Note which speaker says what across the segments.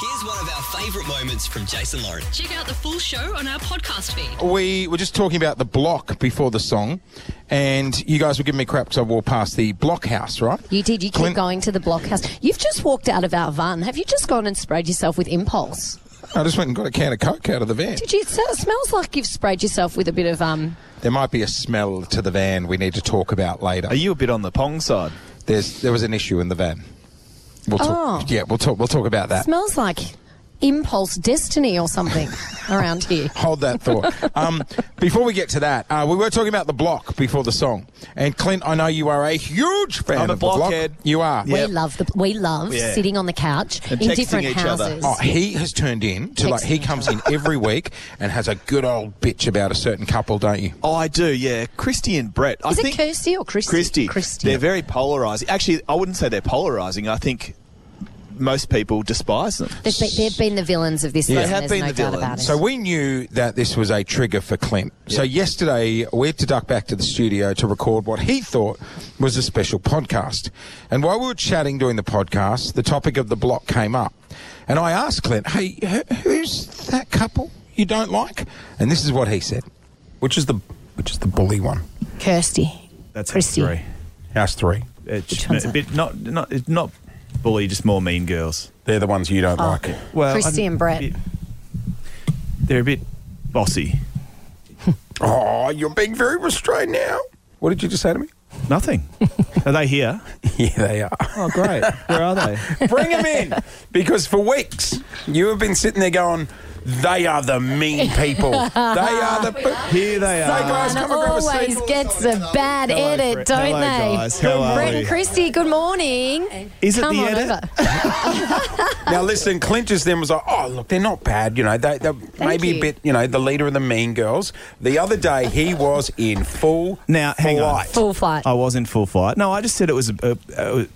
Speaker 1: Here's one of our favourite moments from Jason Lauren.
Speaker 2: Check out the full show on our podcast feed.
Speaker 3: We were just talking about the block before the song, and you guys were giving me crap because I wore past the block house, right?
Speaker 4: You did. You keep
Speaker 3: Clint-
Speaker 4: going to the blockhouse. You've just walked out of our van. Have you just gone and sprayed yourself with impulse?
Speaker 3: I just went and got a can of Coke out of the van.
Speaker 4: Did you? So it smells like you've sprayed yourself with a bit of um.
Speaker 3: There might be a smell to the van we need to talk about later.
Speaker 5: Are you a bit on the pong side?
Speaker 3: There's, there was an issue in the van. We'll talk,
Speaker 4: Oh.
Speaker 3: Yeah, we'll talk, we'll talk about that.
Speaker 4: Smells like impulse destiny or something around here.
Speaker 3: Hold that thought. um, before we get to that, uh, we were talking about the block before the song. And Clint, I know you are a huge fan
Speaker 5: I'm a
Speaker 3: of the block.
Speaker 5: blockhead.
Speaker 3: You are.
Speaker 5: Yeah. Yep.
Speaker 4: We love the we love
Speaker 5: Yeah.
Speaker 4: sitting on the couch
Speaker 5: And
Speaker 4: in
Speaker 5: texting
Speaker 4: different
Speaker 5: each other.
Speaker 4: houses.
Speaker 3: Oh, he has turned in to like he comes in every week and has a good old bitch about a certain couple, don't you?
Speaker 5: Oh, I do, yeah. Christy and Brett. I
Speaker 4: Is it
Speaker 5: think
Speaker 4: Kirsty or Christy?
Speaker 5: Christy.
Speaker 4: Christy.
Speaker 5: They're very polarising. Actually, I wouldn't say they're polarising. I think most people despise them.
Speaker 4: They've been, they've been the villains of this.
Speaker 5: They
Speaker 4: season,
Speaker 5: have
Speaker 4: there's
Speaker 5: been
Speaker 4: no
Speaker 5: the
Speaker 4: doubt
Speaker 5: villains.
Speaker 4: About it.
Speaker 3: So we knew that this was a trigger for Clint. So yesterday we had to duck back to the studio to record what he thought was a special podcast. And while we were chatting during the podcast, the topic of the block came up. And I asked Clint, "Hey, who- who's that couple you don't like?" And this is what he said. Which is the which is the bully one?
Speaker 4: Kirsty.
Speaker 6: That's
Speaker 4: Christy.
Speaker 6: three.
Speaker 3: House 3.
Speaker 6: It's,
Speaker 4: one's
Speaker 6: a
Speaker 4: that?
Speaker 6: bit not not it's not bully, just more mean girls.
Speaker 3: They're the ones you don't like.
Speaker 6: Well,
Speaker 4: Christy and Brett.
Speaker 6: bit- they're a bit bossy.
Speaker 3: Oh, you're being very restrained now. What did you just say to me?
Speaker 6: Nothing. are they here?
Speaker 3: Yeah, they are.
Speaker 6: Oh, great. Where are they?
Speaker 3: Bring them in because for weeks you have been sitting there going, they are the mean people. They are the.
Speaker 6: Here
Speaker 3: Hey,
Speaker 6: they are.
Speaker 3: guys,
Speaker 4: Anna
Speaker 3: come and grab a seat.
Speaker 4: always gets a bad edit,
Speaker 6: Brett.
Speaker 4: don't
Speaker 6: Hello,
Speaker 4: they?
Speaker 6: guys. How are
Speaker 4: Brett
Speaker 6: we?
Speaker 4: and Christy, good morning.
Speaker 6: Is it
Speaker 4: Come
Speaker 6: the
Speaker 4: on
Speaker 6: edit?
Speaker 4: over.
Speaker 3: Now listen, Clint just then was like, "Oh, look, they're not bad. You know, they, they're maybe a
Speaker 4: you.
Speaker 3: bit. You know, the leader of the Mean Girls. The other day he was in full
Speaker 6: Now, hang on.
Speaker 3: flight.
Speaker 4: Full flight.
Speaker 6: I was in full fight. No, I just said it was. A, a, a,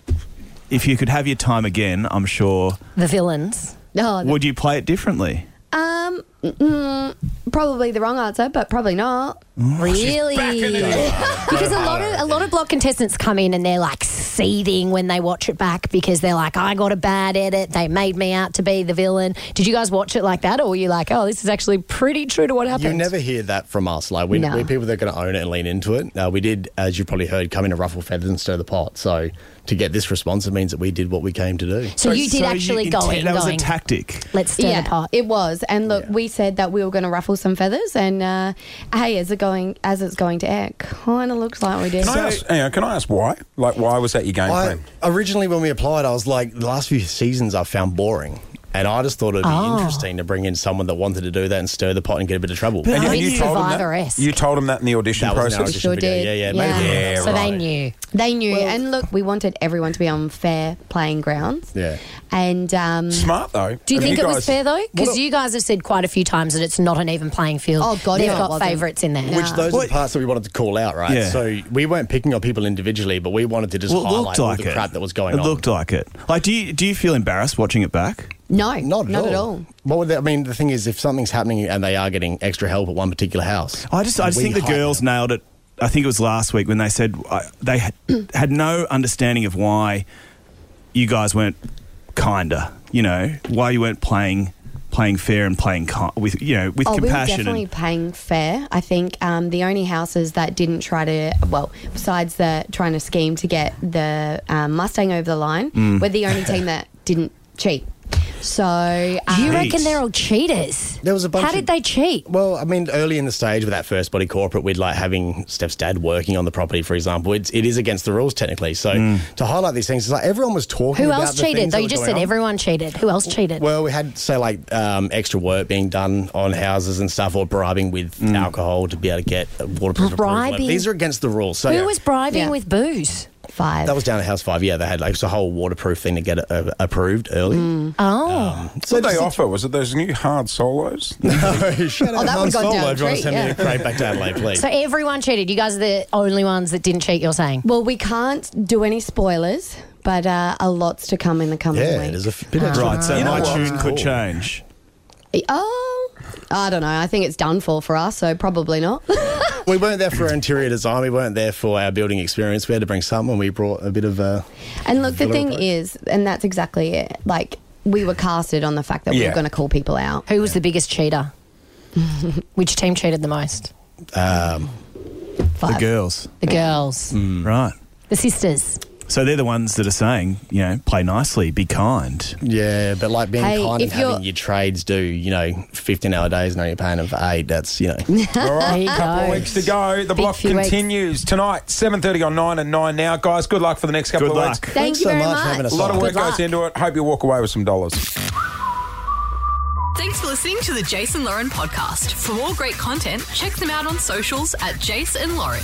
Speaker 6: if you could have your time again, I'm sure.
Speaker 4: The villains. No,
Speaker 6: Would you play it differently?
Speaker 7: Um, mm, probably the wrong answer, but probably not.
Speaker 6: Oh,
Speaker 4: really? because a
Speaker 8: Uh,
Speaker 4: lot of a lot of block contestants come in and they're like seething when they watch it back because they're like, I got a bad edit. They made me out to be the villain. Did you guys watch it like that, or were you like, oh, this is actually pretty true to what happened?
Speaker 8: You never hear that from us. Like we,
Speaker 4: No.
Speaker 8: we're people that are going to own it and lean into it. Uh, we did, as you probably heard, come in and ruffle feathers and stir the pot. So to get this response, it means that we did what we came to do.
Speaker 4: So, you did actually go in,
Speaker 6: That was a
Speaker 4: going,
Speaker 6: tactic.
Speaker 4: let's stir the pot.
Speaker 7: it was. And look, we said that we were going to ruffle some feathers, and uh, hey, as it going as it's going to air, kind of looks like we did.
Speaker 3: Can, I ask, hang on, can I ask why? Like, why was that your game
Speaker 8: I,
Speaker 3: plan?
Speaker 8: originally, when we applied, I was like, the last few seasons I found boring. And I just thought it'd be
Speaker 4: Oh.
Speaker 8: interesting to bring in someone that wanted to do that and stir the pot and get a bit of trouble.
Speaker 6: But
Speaker 4: I
Speaker 6: And
Speaker 4: mean,
Speaker 6: you
Speaker 3: told them
Speaker 4: survivor-esque.
Speaker 3: that. You told him that in the audition
Speaker 8: that was an
Speaker 3: process.
Speaker 8: audition
Speaker 7: Sure
Speaker 8: video.
Speaker 7: did.
Speaker 8: Yeah,
Speaker 7: Yeah.
Speaker 8: yeah, maybe.
Speaker 3: Yeah,
Speaker 4: so
Speaker 3: right.
Speaker 4: they knew.
Speaker 7: They knew, and look, we wanted everyone to be on fair playing grounds.
Speaker 8: Yeah.
Speaker 7: And um,
Speaker 3: Smart though.
Speaker 4: Do you
Speaker 3: Have
Speaker 4: think it was
Speaker 3: guys-
Speaker 4: fair though? Because you guys have said quite a few times that it's not an even playing field.
Speaker 7: Oh, God,
Speaker 4: they've
Speaker 7: no, it
Speaker 4: got
Speaker 7: wasn't.
Speaker 4: favourites in there.
Speaker 8: Which those are
Speaker 6: What-
Speaker 8: the parts that we wanted to call out, right?
Speaker 6: Yeah.
Speaker 8: So we weren't picking on people individually, but we wanted to just
Speaker 6: Well, it
Speaker 8: highlight
Speaker 6: looked
Speaker 8: all
Speaker 6: like
Speaker 8: the
Speaker 6: it.
Speaker 8: crap that was going
Speaker 6: it
Speaker 8: on.
Speaker 6: looked like it. Like, do you do you feel embarrassed watching it back?
Speaker 7: no,
Speaker 8: Not at all. What would that, I mean, the thing is, if something's happening and they are getting extra help at one particular house,
Speaker 6: I just, I just
Speaker 8: We
Speaker 6: think the
Speaker 8: hide
Speaker 6: girls
Speaker 8: them.
Speaker 6: nailed it. I think it was last week when they said uh, they had, had no understanding of why you guys weren't kinder. You know why you weren't playing playing fair and playing ki- with you know with
Speaker 7: Oh, we were
Speaker 6: compassion.
Speaker 7: definitely
Speaker 6: and,
Speaker 7: paying fair. I think um, the only houses that didn't try to, well, besides the trying to scheme to get the um, Mustang over the line, we're the only team that didn't cheat. So um,
Speaker 4: you
Speaker 6: Jeez.
Speaker 4: reckon they're all cheaters?
Speaker 8: There was a bunch
Speaker 4: How did
Speaker 8: of-
Speaker 4: they cheat?
Speaker 8: Well, I mean, early in the stage with that first body corporate, we'd like having Steph's dad working on the property, for example. It's, it is against the rules technically. So
Speaker 6: Hmm.
Speaker 8: to highlight these things, it's like everyone was talking.
Speaker 4: Who
Speaker 8: about
Speaker 4: else
Speaker 8: the
Speaker 4: cheated?
Speaker 8: things
Speaker 4: Though
Speaker 8: that
Speaker 4: you
Speaker 8: were
Speaker 4: just
Speaker 8: going
Speaker 4: said
Speaker 8: on.
Speaker 4: everyone cheated. Who else cheated?
Speaker 8: Well, we had say like um, extra work being done on houses and stuff, or bribing with
Speaker 6: Hmm.
Speaker 8: alcohol to be able to get a waterproof approval.
Speaker 4: Bribing?
Speaker 8: These are against the rules. So
Speaker 4: Who
Speaker 8: yeah.
Speaker 4: was bribing
Speaker 7: Yeah.
Speaker 4: with booze?
Speaker 7: five.
Speaker 8: That was down at House Five. Yeah, they had like it's a whole waterproof thing to get it, uh, approved early.
Speaker 4: Oh,
Speaker 3: What did they offer? Was it those new hard solos?
Speaker 8: Shut up,
Speaker 7: Oh, that
Speaker 8: Han
Speaker 7: would've gone
Speaker 8: Solo,
Speaker 7: down a
Speaker 8: everyone
Speaker 7: treat,
Speaker 8: send me
Speaker 7: yeah.
Speaker 8: a crate back to Adelaide, please.
Speaker 4: so everyone cheated. You guys are the only ones that didn't cheat. You're saying?
Speaker 7: well, we can't do any spoilers, but uh, a lot's to come in the coming
Speaker 8: yeah,
Speaker 7: week.
Speaker 8: there's a f- bit of
Speaker 6: right, so
Speaker 3: You know
Speaker 6: my
Speaker 3: what?
Speaker 6: tune could change.
Speaker 7: oh, I don't know. I think it's done for for us, so probably not.
Speaker 8: We weren't there for our interior design. We weren't there for our building experience. We had to bring something. We brought a bit of. Uh,
Speaker 7: And look, the
Speaker 8: Villa
Speaker 7: thing
Speaker 8: approach.
Speaker 7: is, and that's exactly it. Like we were casted on the fact that we
Speaker 3: Yeah.
Speaker 7: were going to call people out.
Speaker 4: Who was the biggest cheater? Which team cheated the most?
Speaker 7: Five.
Speaker 6: The girls.
Speaker 4: The girls,
Speaker 8: Hmm.
Speaker 6: Right.
Speaker 4: the sisters.
Speaker 6: So they're the ones that are saying, you know, play nicely, be kind.
Speaker 8: Yeah, but like being
Speaker 7: Hey,
Speaker 8: kind and
Speaker 7: if you're-
Speaker 8: having your trades do, you know, 15 hour days and only paying them for eight, that's, you know.
Speaker 3: All right,
Speaker 4: There you
Speaker 3: couple
Speaker 4: go.
Speaker 3: of weeks to go. The
Speaker 4: Big
Speaker 3: block
Speaker 4: few weeks.
Speaker 3: continues tonight, 7.30 on 9 and 9 now. Guys, good luck for the next couple of
Speaker 6: Good luck.
Speaker 3: weeks.
Speaker 7: Thank
Speaker 8: Thanks
Speaker 7: you
Speaker 8: so
Speaker 7: very
Speaker 8: much
Speaker 7: much.
Speaker 8: for having us
Speaker 3: A lot of
Speaker 8: Good
Speaker 3: work goes
Speaker 7: luck.
Speaker 3: into it. Hope you walk away with some dollars.
Speaker 2: Thanks for listening to the Jason Lauren podcast. For more great content, check them out on socials at Jason Lauren.